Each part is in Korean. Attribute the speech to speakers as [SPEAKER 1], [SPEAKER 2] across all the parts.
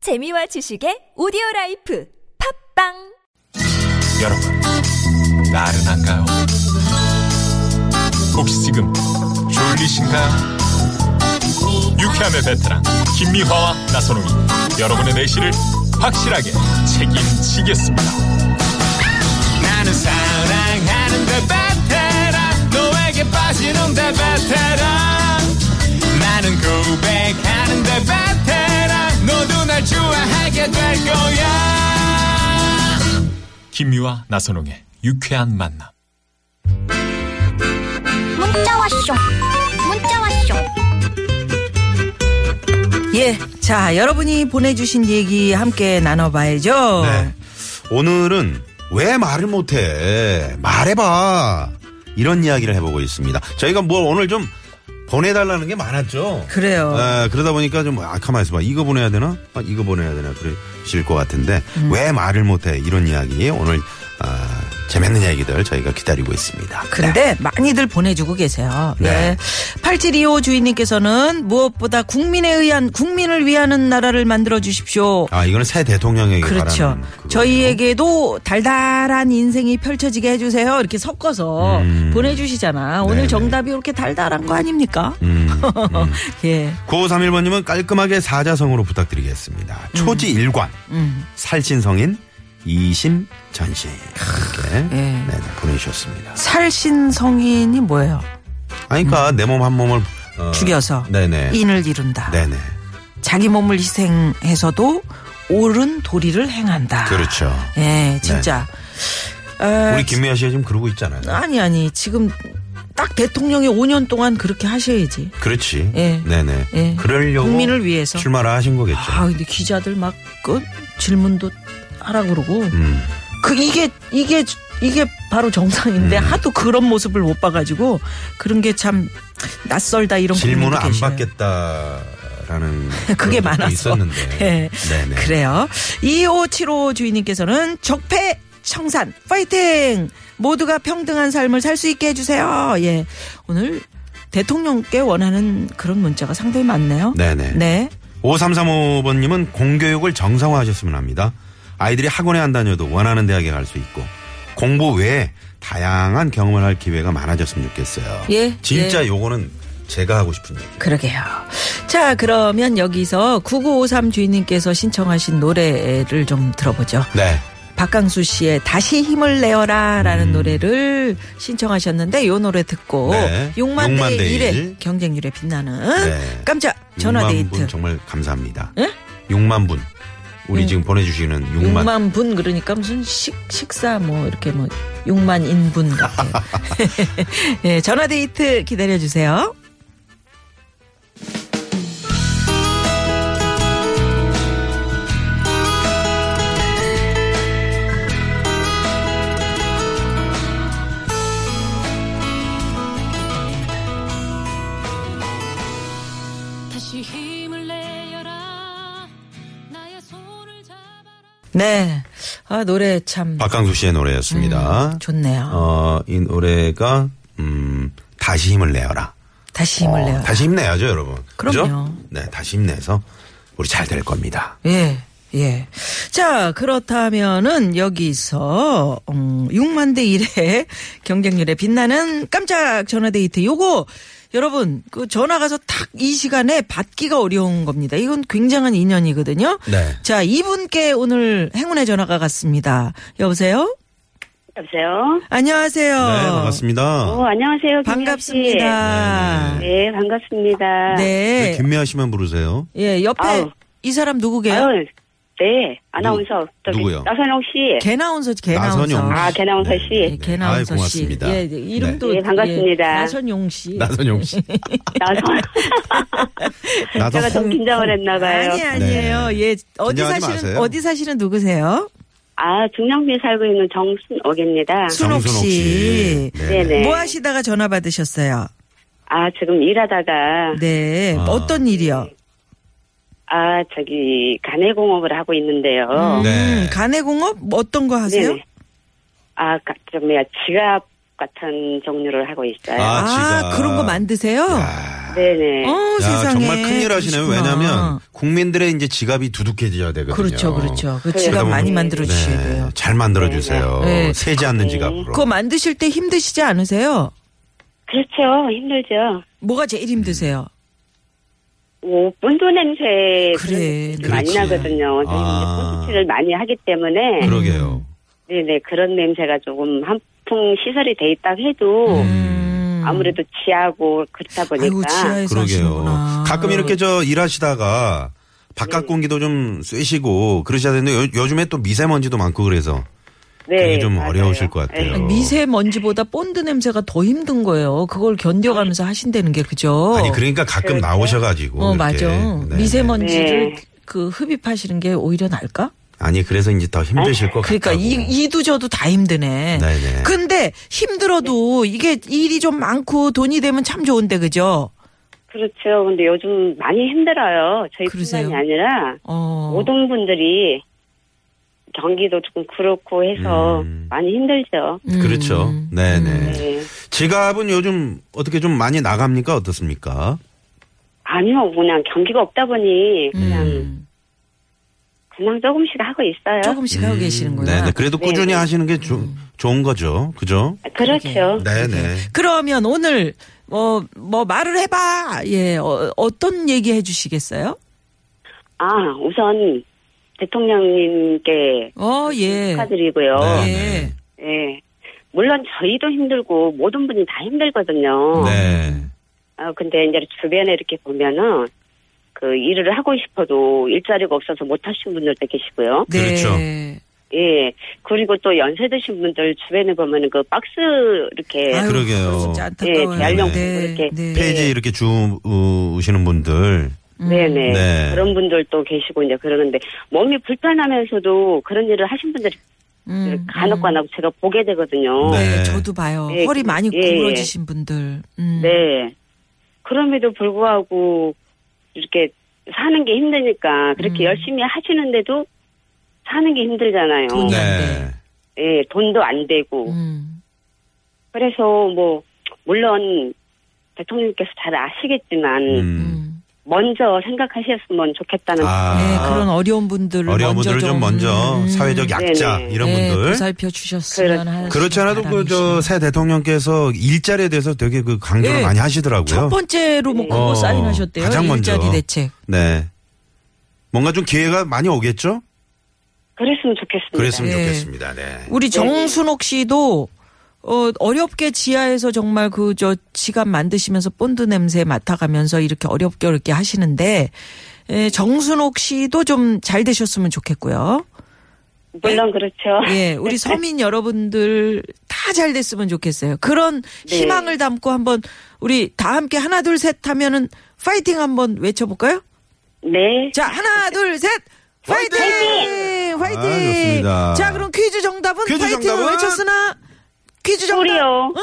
[SPEAKER 1] 재미와 지식의 오디오 라이프 팝빵
[SPEAKER 2] 여러분, 나른한가요? 혹시 지금 졸리신가요? 유쾌함의 베테랑 김미화와 나선홍이 여러분의 내실을 확실하게 책임지겠습니다.
[SPEAKER 3] 나는 사랑하는데 베테랑 너에게 빠지는데 베테랑 나는 고백하는데 베테랑 너도 날 좋아하게 될 거야
[SPEAKER 2] 김미화 나선홍의 유쾌한 만남.
[SPEAKER 4] 문자 왔쇼 문자 왔쇼
[SPEAKER 5] 예. 자, 여러분이 보내주신 얘기 함께 나눠봐야죠.
[SPEAKER 6] 네. 오늘은 왜 말을 못해? 말해봐. 이런 이야기를 해보고 있습니다. 저희가 뭘 오늘 좀 보내달라는 게 많았죠.
[SPEAKER 5] 그래요.
[SPEAKER 6] 에, 그러다 보니까 좀, 아, 가만있어 봐. 이거 보내야 되나? 아, 이거 보내야 되나? 그러실 것 같은데,
[SPEAKER 5] 음.
[SPEAKER 6] 왜 말을 못해? 이런 이야기, 오늘, 아, 재밌는 이야기들 저희가 기다리고 있습니다.
[SPEAKER 5] 그
[SPEAKER 6] 네.
[SPEAKER 5] 근데 많이들 보내주고 계세요.
[SPEAKER 6] 네.
[SPEAKER 5] 예. 8725 주인님께서는 무엇보다 국민에 의한, 국민을 위하는 나라를 만들어 주십시오.
[SPEAKER 6] 아, 이거는 새 대통령에게
[SPEAKER 5] 그렇죠.
[SPEAKER 6] 바라는 그거죠.
[SPEAKER 5] 저희에게도 달달한 인생이 펼쳐지게 해주세요. 이렇게 섞어서 보내주시잖아. 오늘
[SPEAKER 6] 음. 네네.
[SPEAKER 5] 정답이 이렇게 달달한 거 아닙니까?
[SPEAKER 6] 음.
[SPEAKER 5] 예.
[SPEAKER 6] 9531번님은 깔끔하게 사자성으로 부탁드리겠습니다.
[SPEAKER 5] 음.
[SPEAKER 6] 초지 일관, 살신성인, 이심, 전신.
[SPEAKER 5] 예.
[SPEAKER 6] 이렇게 네, 네, 보내주셨습니다.
[SPEAKER 5] 살신 성인이 뭐예요?
[SPEAKER 6] 아니, 그러니까 내 몸 한 몸을 어,
[SPEAKER 5] 음. 죽여서
[SPEAKER 6] 네네.
[SPEAKER 5] 인을 이룬다.
[SPEAKER 6] 네네.
[SPEAKER 5] 자기 몸을 희생해서도 옳은 도리를 행한다.
[SPEAKER 6] 그렇죠. 네.
[SPEAKER 5] 예, 진짜. 에,
[SPEAKER 6] 우리 김미아 씨가 지금 그러고 있잖아요.
[SPEAKER 5] 아니 아니 지금 딱 대통령이 5년 동안 그렇게 하셔야지.
[SPEAKER 6] 그렇지.
[SPEAKER 5] 예.
[SPEAKER 6] 네네.
[SPEAKER 5] 예.
[SPEAKER 6] 그러려고
[SPEAKER 5] 국민을 위해서.
[SPEAKER 6] 출마를 하신 거겠죠.
[SPEAKER 5] 아 근데 기자들 막 그 질문도 하라 그러고
[SPEAKER 6] 음.
[SPEAKER 5] 그 이게 이게 이게 바로 정상인데
[SPEAKER 6] 음.
[SPEAKER 5] 하도 그런 모습을 못 봐가지고 그런 게 참 낯설다 이런
[SPEAKER 6] 질문을
[SPEAKER 5] 국민도
[SPEAKER 6] 안
[SPEAKER 5] 계시네요.
[SPEAKER 6] 받겠다라는
[SPEAKER 5] 그게
[SPEAKER 6] 그런 적도
[SPEAKER 5] 많아서.
[SPEAKER 6] 있었는데.
[SPEAKER 5] 예.
[SPEAKER 6] 네네.
[SPEAKER 5] 그래요. 2575 주인님께서는 적폐 청산 파이팅 모두가 평등한 삶을 살 수 있게 해주세요. 예, 오늘 대통령께 원하는 그런 문자가 상당히 많네요.
[SPEAKER 6] 네네.
[SPEAKER 5] 네.
[SPEAKER 6] 5335번님은 공교육을 정상화하셨으면 합니다. 아이들이 학원에 안 다녀도 원하는 대학에 갈 수 있고 공부 외에 다양한 경험을 할 기회가 많아졌으면 좋겠어요.
[SPEAKER 5] 예,
[SPEAKER 6] 진짜 요거는 제가 하고 싶은 얘기.
[SPEAKER 5] 그러게요. 자, 그러면 여기서 9953 주인님께서 신청하신 노래를 좀 들어보죠.
[SPEAKER 6] 네.
[SPEAKER 5] 박강수 씨의 다시 힘을 내어라 라는 노래를 신청하셨는데 요 노래 듣고
[SPEAKER 6] 음. 네.
[SPEAKER 5] 6만,
[SPEAKER 6] 육만
[SPEAKER 5] 대
[SPEAKER 6] 대
[SPEAKER 5] 1의
[SPEAKER 6] 일.
[SPEAKER 5] 경쟁률에 빛나는
[SPEAKER 6] 네.
[SPEAKER 5] 깜짝 전화
[SPEAKER 6] 6만
[SPEAKER 5] 데이트.
[SPEAKER 6] 분 정말 감사합니다.
[SPEAKER 5] 예?
[SPEAKER 6] 6만 분. 우리 지금 보내주시는 6만.
[SPEAKER 5] 6만, 분 그러니까 무슨 식, 식사 뭐 이렇게 뭐 6만 인분 같아요. 예, 전화 데이트 기다려 주세요.
[SPEAKER 7] 다시 힘을 내어라 나의 손을 잡아라
[SPEAKER 5] 네. 아, 노래 참
[SPEAKER 6] 박강수 씨의 노래였습니다.
[SPEAKER 5] 음, 좋네요.
[SPEAKER 6] 어, 이 노래가, 음, 다시 힘을 내어라.
[SPEAKER 5] 다시 힘을
[SPEAKER 6] 어,
[SPEAKER 5] 내요.
[SPEAKER 6] 다시 힘내야죠, 여러분.
[SPEAKER 5] 그럼요.
[SPEAKER 6] 그죠? 네, 다시 힘내서 우리 잘 될 겁니다.
[SPEAKER 5] 예. 예. 자, 그렇다면은 여기서 음, 6만 대 1의 경쟁률에 빛나는 깜짝 전화 데이트 요거 여러분 그 전화 가서 딱 이 시간에 받기가 어려운 겁니다. 이건 굉장한 인연이거든요.
[SPEAKER 6] 네.
[SPEAKER 5] 자, 이분께 오늘 행운의 전화가 갔습니다. 여보세요?
[SPEAKER 8] 여보세요.
[SPEAKER 5] 안녕하세요.
[SPEAKER 6] 네, 반갑습니다.
[SPEAKER 8] 어, 안녕하세요. 김미아
[SPEAKER 5] 반갑습니다.
[SPEAKER 8] 씨. 네, 반갑습니다.
[SPEAKER 6] 왜
[SPEAKER 5] 네.
[SPEAKER 6] 김미아 씨만 부르세요?
[SPEAKER 5] 예, 옆에
[SPEAKER 8] 아우.
[SPEAKER 5] 이 사람 누구게요?
[SPEAKER 8] 아유, 네, 아나운서. 저기
[SPEAKER 6] 누구요?
[SPEAKER 8] 나선영 씨.
[SPEAKER 5] 개나운서 개나운서.
[SPEAKER 6] 나선영
[SPEAKER 8] 아, 개나운서
[SPEAKER 6] 네.
[SPEAKER 8] 씨.
[SPEAKER 5] 예, 개나운서
[SPEAKER 6] 아유,
[SPEAKER 5] 씨.
[SPEAKER 6] 고맙습니다.
[SPEAKER 5] 예, 예, 이름도
[SPEAKER 8] 네. 예, 반갑습니다.
[SPEAKER 5] 나선용 씨.
[SPEAKER 6] 나선영 씨.
[SPEAKER 8] 나선.
[SPEAKER 6] 나선
[SPEAKER 8] 제가 좀
[SPEAKER 6] 홍-
[SPEAKER 8] 긴장을 했나 봐요.
[SPEAKER 5] 아니 아니에요.
[SPEAKER 6] 네.
[SPEAKER 5] 예, 어디
[SPEAKER 6] 긴장하지
[SPEAKER 5] 사시는
[SPEAKER 6] 마세요.
[SPEAKER 5] 어디 사시는 누구세요?
[SPEAKER 8] 아, 중량비에 살고 있는 정순옥입니다.
[SPEAKER 5] 순옥
[SPEAKER 6] 정순옥
[SPEAKER 5] 씨.
[SPEAKER 6] 씨.
[SPEAKER 8] 네, 네.
[SPEAKER 5] 뭐 하시다가 전화 받으셨어요?
[SPEAKER 8] 아, 지금 일하다가
[SPEAKER 5] 네.
[SPEAKER 6] 아.
[SPEAKER 5] 어떤 일이요?
[SPEAKER 8] 아, 저기 간의 공업을 하고 있는데요.
[SPEAKER 6] 네.
[SPEAKER 5] 음, 간의공업 뭐 어떤 거 하세요?
[SPEAKER 8] 어. 네네. 아, 가- 좀 뭐야 지갑 같은 종류를 하고 있어요.
[SPEAKER 6] 아,
[SPEAKER 5] 아,
[SPEAKER 6] 지갑.
[SPEAKER 5] 그런 거 만드세요?
[SPEAKER 6] 아,
[SPEAKER 8] 네네.
[SPEAKER 5] 어,
[SPEAKER 6] 야,
[SPEAKER 5] 세상에.
[SPEAKER 6] 정말 큰일 하시네요.
[SPEAKER 5] 그러시구나.
[SPEAKER 6] 왜냐면 국민들의 이제 지갑이 두둑해져야 되거든요.
[SPEAKER 5] 그렇죠, 그렇죠. 그
[SPEAKER 8] 그래요.
[SPEAKER 5] 지갑 많이
[SPEAKER 8] 네.
[SPEAKER 5] 만들어 주셔야 돼요.
[SPEAKER 6] 네, 잘 만들어 주세요.
[SPEAKER 5] 네.
[SPEAKER 6] 세지 않는 지갑으로.
[SPEAKER 5] 그거 만드실 때 힘드시지 않으세요?
[SPEAKER 8] 그렇죠. 힘들죠.
[SPEAKER 5] 뭐가 제일 힘드세요?
[SPEAKER 8] 오, 분도 냄새 네, 그런
[SPEAKER 5] 그래, 그렇죠.
[SPEAKER 8] 냄새도 많이
[SPEAKER 6] 그렇지.
[SPEAKER 8] 나거든요. 저희
[SPEAKER 6] 아.
[SPEAKER 8] 이제 콘서트를 많이 하기 때문에
[SPEAKER 6] 그러게요.
[SPEAKER 8] 네네 그런 냄새가 조금 한풍 시설이 돼 있다 해도
[SPEAKER 5] 음.
[SPEAKER 8] 아무래도 지하고 그렇다 보니까
[SPEAKER 5] 아이고, 지하에서
[SPEAKER 6] 그러게요.
[SPEAKER 5] 하시는구나. 네.
[SPEAKER 6] 가끔 이렇게 저 일하시다가 바깥 공기도 좀 쐬시고 그러셔야 되는데 요, 즘에또 미세먼지도 많고 그래서
[SPEAKER 5] 네,
[SPEAKER 6] 그게 좀
[SPEAKER 8] 네. 맞아요.
[SPEAKER 6] 어려우실 것 같아요.
[SPEAKER 8] 네.
[SPEAKER 5] 미세먼지보다 본드 냄새가 더 힘든 거예요. 그걸 견뎌가면서 하신다는 게 그죠?
[SPEAKER 6] 아니 그러니까 가끔 나오셔가지고.
[SPEAKER 5] 어,
[SPEAKER 6] 이렇게.
[SPEAKER 5] 맞아.
[SPEAKER 6] 네.
[SPEAKER 5] 미세먼지를
[SPEAKER 8] 네.
[SPEAKER 5] 그 흡입하시는 게 오히려 나을까?
[SPEAKER 6] 네. 아니 그래서 이제 더 힘드실 것 같아요.
[SPEAKER 5] 그러니까 이, 이도 저도 다 힘드네.
[SPEAKER 6] 네네.
[SPEAKER 5] 근데 힘들어도 이게 일이 좀 많고 돈이 되면 참 좋은데 그죠?
[SPEAKER 8] 그렇죠. 근데 요즘 많이 힘들어요. 저희뿐만이
[SPEAKER 5] 그러세요?
[SPEAKER 8] 아니라
[SPEAKER 5] 어.
[SPEAKER 8] 노동분들이 경기도 조금 그렇고 해서
[SPEAKER 6] 음.
[SPEAKER 8] 많이 힘들죠.
[SPEAKER 6] 그렇죠.
[SPEAKER 5] 음.
[SPEAKER 6] 네네.
[SPEAKER 8] 네.
[SPEAKER 6] 지갑은 요즘 어떻게 좀 많이 나갑니까? 어떻습니까?
[SPEAKER 8] 아니요, 뭐 그냥 경기가 없다 보니 그냥 그냥 조금씩 하고 있어요.
[SPEAKER 5] 음. 조금씩 하고 계시는구나.
[SPEAKER 6] 음. 네네. 그래도
[SPEAKER 8] 네.
[SPEAKER 6] 꾸준히 하시는 게 조, 좋은 거죠. 그죠?
[SPEAKER 8] 아, 그렇죠.
[SPEAKER 6] 네네.
[SPEAKER 5] 그러면 오늘 뭐, 뭐 말을 해봐. 예, 어, 어떤 얘기 해주시겠어요?
[SPEAKER 8] 아 우선 대통령님께
[SPEAKER 5] 어, 예.
[SPEAKER 8] 축하드리고요.
[SPEAKER 6] 네.
[SPEAKER 5] 예.
[SPEAKER 8] 예. 물론 저희도 힘들고 모든 분이 다 힘들거든요.
[SPEAKER 5] 어.
[SPEAKER 6] 네.
[SPEAKER 8] 아 근데 이제 주변에 이렇게 보면은 그 일을 하고 싶어도 일자리가 없어서 못 하신 분들도 계시고요.
[SPEAKER 5] 네.
[SPEAKER 6] 그렇죠.
[SPEAKER 8] 예. 그리고 또 연세 드신 분들 주변에 보면은 그 박스 이렇게
[SPEAKER 5] 아유,
[SPEAKER 6] 그러게요.
[SPEAKER 5] 그거 진짜
[SPEAKER 8] 예,
[SPEAKER 5] 안타까워요.
[SPEAKER 8] 대한령
[SPEAKER 5] 네,
[SPEAKER 8] 이렇게
[SPEAKER 5] 네.
[SPEAKER 6] 어. 페이지에 이렇게 주우시는 분들.
[SPEAKER 5] 음.
[SPEAKER 8] 네네
[SPEAKER 6] 네.
[SPEAKER 8] 그런 분들도 계시고 이제 그러는데 몸이 불편하면서도 그런 일을 하신 분들이
[SPEAKER 5] 음,
[SPEAKER 8] 간혹가나 제가 보게 되거든요.
[SPEAKER 6] 네.
[SPEAKER 5] 네, 저도 봐요.
[SPEAKER 8] 예,
[SPEAKER 5] 허리 많이
[SPEAKER 8] 예, 예.
[SPEAKER 5] 구부러지신 분들. 음.
[SPEAKER 8] 네. 그럼에도 불구하고 이렇게 사는 게 힘드니까
[SPEAKER 5] 음.
[SPEAKER 8] 그렇게 열심히 하시는데도 사는 게 힘들잖아요.
[SPEAKER 5] 돈이 네.
[SPEAKER 6] 네.
[SPEAKER 8] 예, 돈도 안 되고.
[SPEAKER 5] 음.
[SPEAKER 8] 그래서 뭐 물론 대통령께서 잘 아시겠지만
[SPEAKER 6] 음.
[SPEAKER 5] 음.
[SPEAKER 8] 먼저 생각하셨으면 좋겠다는
[SPEAKER 6] 아.
[SPEAKER 5] 네, 그런 어려운 분들을
[SPEAKER 6] 어려운
[SPEAKER 5] 먼저
[SPEAKER 6] 분들을 좀 먼저
[SPEAKER 5] 음.
[SPEAKER 6] 사회적 약자
[SPEAKER 8] 네네.
[SPEAKER 6] 이런
[SPEAKER 5] 네,
[SPEAKER 6] 분들.
[SPEAKER 5] 보살펴 주셨으면
[SPEAKER 8] 그렇죠.
[SPEAKER 5] 하는
[SPEAKER 6] 그렇지 않아도 그 저 새 대통령께서 일자리에 대해서 되게 그 강조를
[SPEAKER 5] 예.
[SPEAKER 6] 많이 하시더라고요.
[SPEAKER 5] 첫 번째로 뭐 그거
[SPEAKER 6] 어,
[SPEAKER 5] 사인하셨대요.
[SPEAKER 6] 가장 먼저.
[SPEAKER 5] 일자리 대책.
[SPEAKER 6] 네. 뭔가 좀 기회가 많이 오겠죠?
[SPEAKER 8] 그랬으면 좋겠습니다.
[SPEAKER 6] 그랬으면
[SPEAKER 5] 네.
[SPEAKER 6] 좋겠습니다. 네.
[SPEAKER 5] 우리 정순옥 씨도 어, 어렵게 지하에서 정말 그 저 지갑 만드시면서 본드 냄새 맡아가면서 이렇게 어렵게 어렵게 하시는데 에, 정순옥 씨도 좀 잘 되셨으면 좋겠고요.
[SPEAKER 8] 물론 그렇죠.
[SPEAKER 5] 예, 우리 서민 여러분들 다 잘 됐으면 좋겠어요. 그런
[SPEAKER 8] 네.
[SPEAKER 5] 희망을 담고 한번 우리 다 함께 하나 둘 셋 하면은 파이팅 한번 외쳐볼까요?
[SPEAKER 8] 네.
[SPEAKER 5] 자, 하나 둘 셋. 파이팅! 파이팅!
[SPEAKER 6] 아, 좋습니다.
[SPEAKER 5] 자, 그럼 퀴즈 정답은
[SPEAKER 6] 퀴즈
[SPEAKER 5] 파이팅을
[SPEAKER 6] 정답은?
[SPEAKER 5] 외쳤으나 퀴즈 정답 어?
[SPEAKER 8] 꼴이요.
[SPEAKER 5] 응?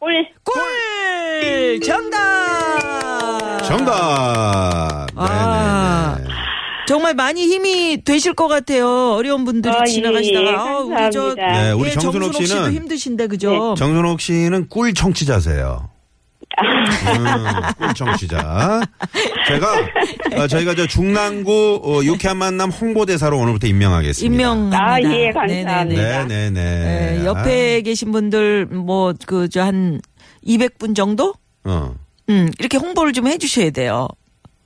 [SPEAKER 8] 꼴.
[SPEAKER 5] 골 정답.
[SPEAKER 6] 정답. 네,
[SPEAKER 5] 아.
[SPEAKER 6] 네네네.
[SPEAKER 5] 정말 많이 힘이 되실 것 같아요. 어려운 분들이
[SPEAKER 8] 아, 예,
[SPEAKER 5] 지나가시다가
[SPEAKER 8] 예,
[SPEAKER 5] 아, 우리 저
[SPEAKER 8] 감사합니다. 네,
[SPEAKER 6] 네, 우리
[SPEAKER 5] 예,
[SPEAKER 6] 정순옥
[SPEAKER 5] 정순옥 씨도
[SPEAKER 6] 씨는-
[SPEAKER 5] 힘드신데 그죠?
[SPEAKER 6] 정선옥 씨는 꿀 청취자세요. 음, 꿀 청취자. 제가 어, 저희가 저 중랑구 어, 유쾌한 만남 홍보대사로 오늘부터 임명하겠습니다.
[SPEAKER 5] 임명합니다.
[SPEAKER 8] 아, 예, 감사합니다.
[SPEAKER 5] 네네네.
[SPEAKER 6] 네네네. 아.
[SPEAKER 5] 예, 옆에 계신 분들 뭐 그 저 한 200분 정도?
[SPEAKER 6] 아, 어.
[SPEAKER 5] 음, 이렇게 홍보를 좀 해주셔야 돼요.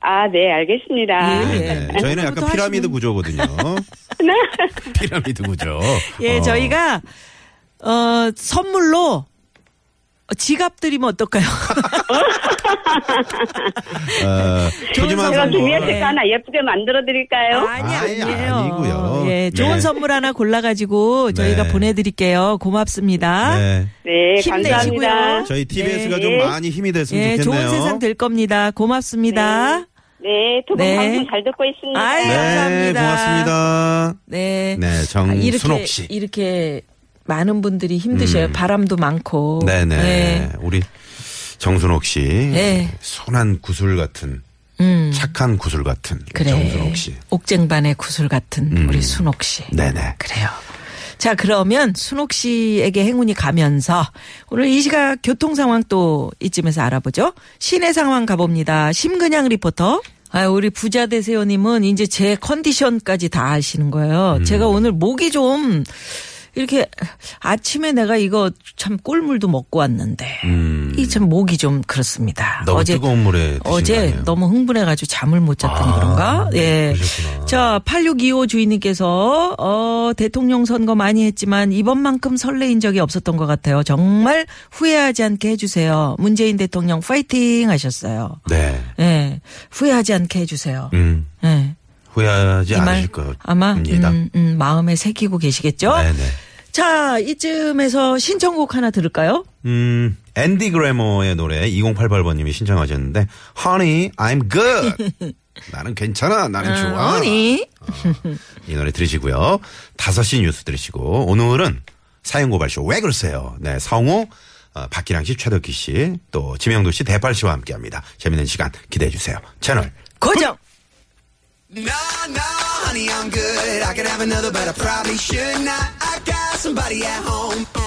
[SPEAKER 8] 아, 네, 알겠습니다.
[SPEAKER 5] 예.
[SPEAKER 6] 네, 네. 저희는 약간
[SPEAKER 5] 오늘부터
[SPEAKER 6] 피라미드
[SPEAKER 5] 하시는- 네.
[SPEAKER 6] 구조거든요. 피라미드 구조.
[SPEAKER 5] 예,
[SPEAKER 6] 어.
[SPEAKER 5] 저희가 어 선물로 지갑 드리면 어떨까요?
[SPEAKER 6] 어,
[SPEAKER 5] 좋은
[SPEAKER 6] 푸짐한
[SPEAKER 8] 제가
[SPEAKER 5] 선물.
[SPEAKER 8] 김희아
[SPEAKER 5] 네.
[SPEAKER 8] 씨가 하나 예쁘게 만들어 드릴까요?
[SPEAKER 5] 아니
[SPEAKER 6] 아니,
[SPEAKER 5] 아니에요.
[SPEAKER 6] 아니고요.
[SPEAKER 5] 예, 좋은
[SPEAKER 6] 네.
[SPEAKER 5] 선물 하나 골라가지고 저희가
[SPEAKER 6] 네.
[SPEAKER 5] 보내드릴게요. 고맙습니다.
[SPEAKER 6] 네.
[SPEAKER 8] 네,
[SPEAKER 5] 힘내시고요.
[SPEAKER 8] 감사합니다.
[SPEAKER 6] 저희 TBS가
[SPEAKER 8] 네.
[SPEAKER 6] 좀 많이 힘이 됐으면
[SPEAKER 5] 예, 좋은
[SPEAKER 6] 좋겠네요.
[SPEAKER 5] 세상 될 겁니다. 고맙습니다. 네,
[SPEAKER 8] 네, 두 분
[SPEAKER 5] 네.
[SPEAKER 8] 방송 잘 듣고 있습니다.
[SPEAKER 5] 아이,
[SPEAKER 6] 네,
[SPEAKER 5] 감사합니다.
[SPEAKER 6] 고맙습니다. 네,
[SPEAKER 5] 아, 이렇게
[SPEAKER 6] 정순옥 씨. 음.
[SPEAKER 5] 이렇게 많은 분들이 힘드셔요. 바람도 많고.
[SPEAKER 6] 네네.
[SPEAKER 5] 예.
[SPEAKER 6] 우리 정순옥 씨.
[SPEAKER 5] 네. 음.
[SPEAKER 6] 순한 구슬 같은. 착한 구슬 같은.
[SPEAKER 5] 그래.
[SPEAKER 6] 정순옥 씨. 음.
[SPEAKER 5] 옥쟁반의 구슬 같은 우리 순옥 씨.
[SPEAKER 6] 네네.
[SPEAKER 5] 그래요. 자, 그러면 순옥 씨에게 행운이 가면서 오늘 이 시각 교통 상황 또 이쯤에서 알아보죠. 시내 상황 가봅니다. 심근양 리포터. 아, 우리 부자 대세요님은 이제 제 컨디션까지 다 아시는 거예요.
[SPEAKER 6] 음.
[SPEAKER 5] 제가 오늘 목이 좀 이렇게 아침에 내가 이거 참 꿀물도 먹고 왔는데 이 참 목이 좀 그렇습니다.
[SPEAKER 6] 음. 너무 뜨거운 물에 드신 거
[SPEAKER 5] 어제
[SPEAKER 6] 아니에요?
[SPEAKER 5] 너무 흥분해가지고 잠을 못 잤더니
[SPEAKER 6] 아,
[SPEAKER 5] 그런가? 예.
[SPEAKER 6] 그러셨구나.
[SPEAKER 5] 자, 8625 주인님께서, 어, 대통령 선거 많이 했지만 이번만큼 설레인 적이 없었던 것 같아요. 정말 후회하지 않게 해주세요. 문재인 대통령 파이팅 하셨어요.
[SPEAKER 6] 네.
[SPEAKER 5] 예. 후회하지 않게 해주세요.
[SPEAKER 6] 음.
[SPEAKER 5] 예.
[SPEAKER 6] 후회하지
[SPEAKER 5] 이 말,
[SPEAKER 6] 않으실 것
[SPEAKER 5] 아마,
[SPEAKER 6] 겁니다.
[SPEAKER 5] 음, 어? 음, 마음에 새기고 계시겠죠?
[SPEAKER 6] 네네.
[SPEAKER 5] 자, 이쯤에서 신청곡 하나 들을까요?
[SPEAKER 6] 음, 앤디 그래머의 노래 2088번님이 신청하셨는데, Honey, I'm good. 나는 괜찮아. 나는 좋아.
[SPEAKER 5] 아니.
[SPEAKER 6] 이 노래 들으시고요. 5시 뉴스 들으시고, 오늘은 사연고발쇼 왜 그러세요? 네, 성우, 어, 박기량 씨, 최덕기 씨, 또 지명도 씨, 대팔 씨와 함께 합니다. 재밌는 시간 기대해 주세요. 채널
[SPEAKER 5] 고정!
[SPEAKER 9] No, no, honey, I'm good. I could have another, but I probably should not. I got somebody at home.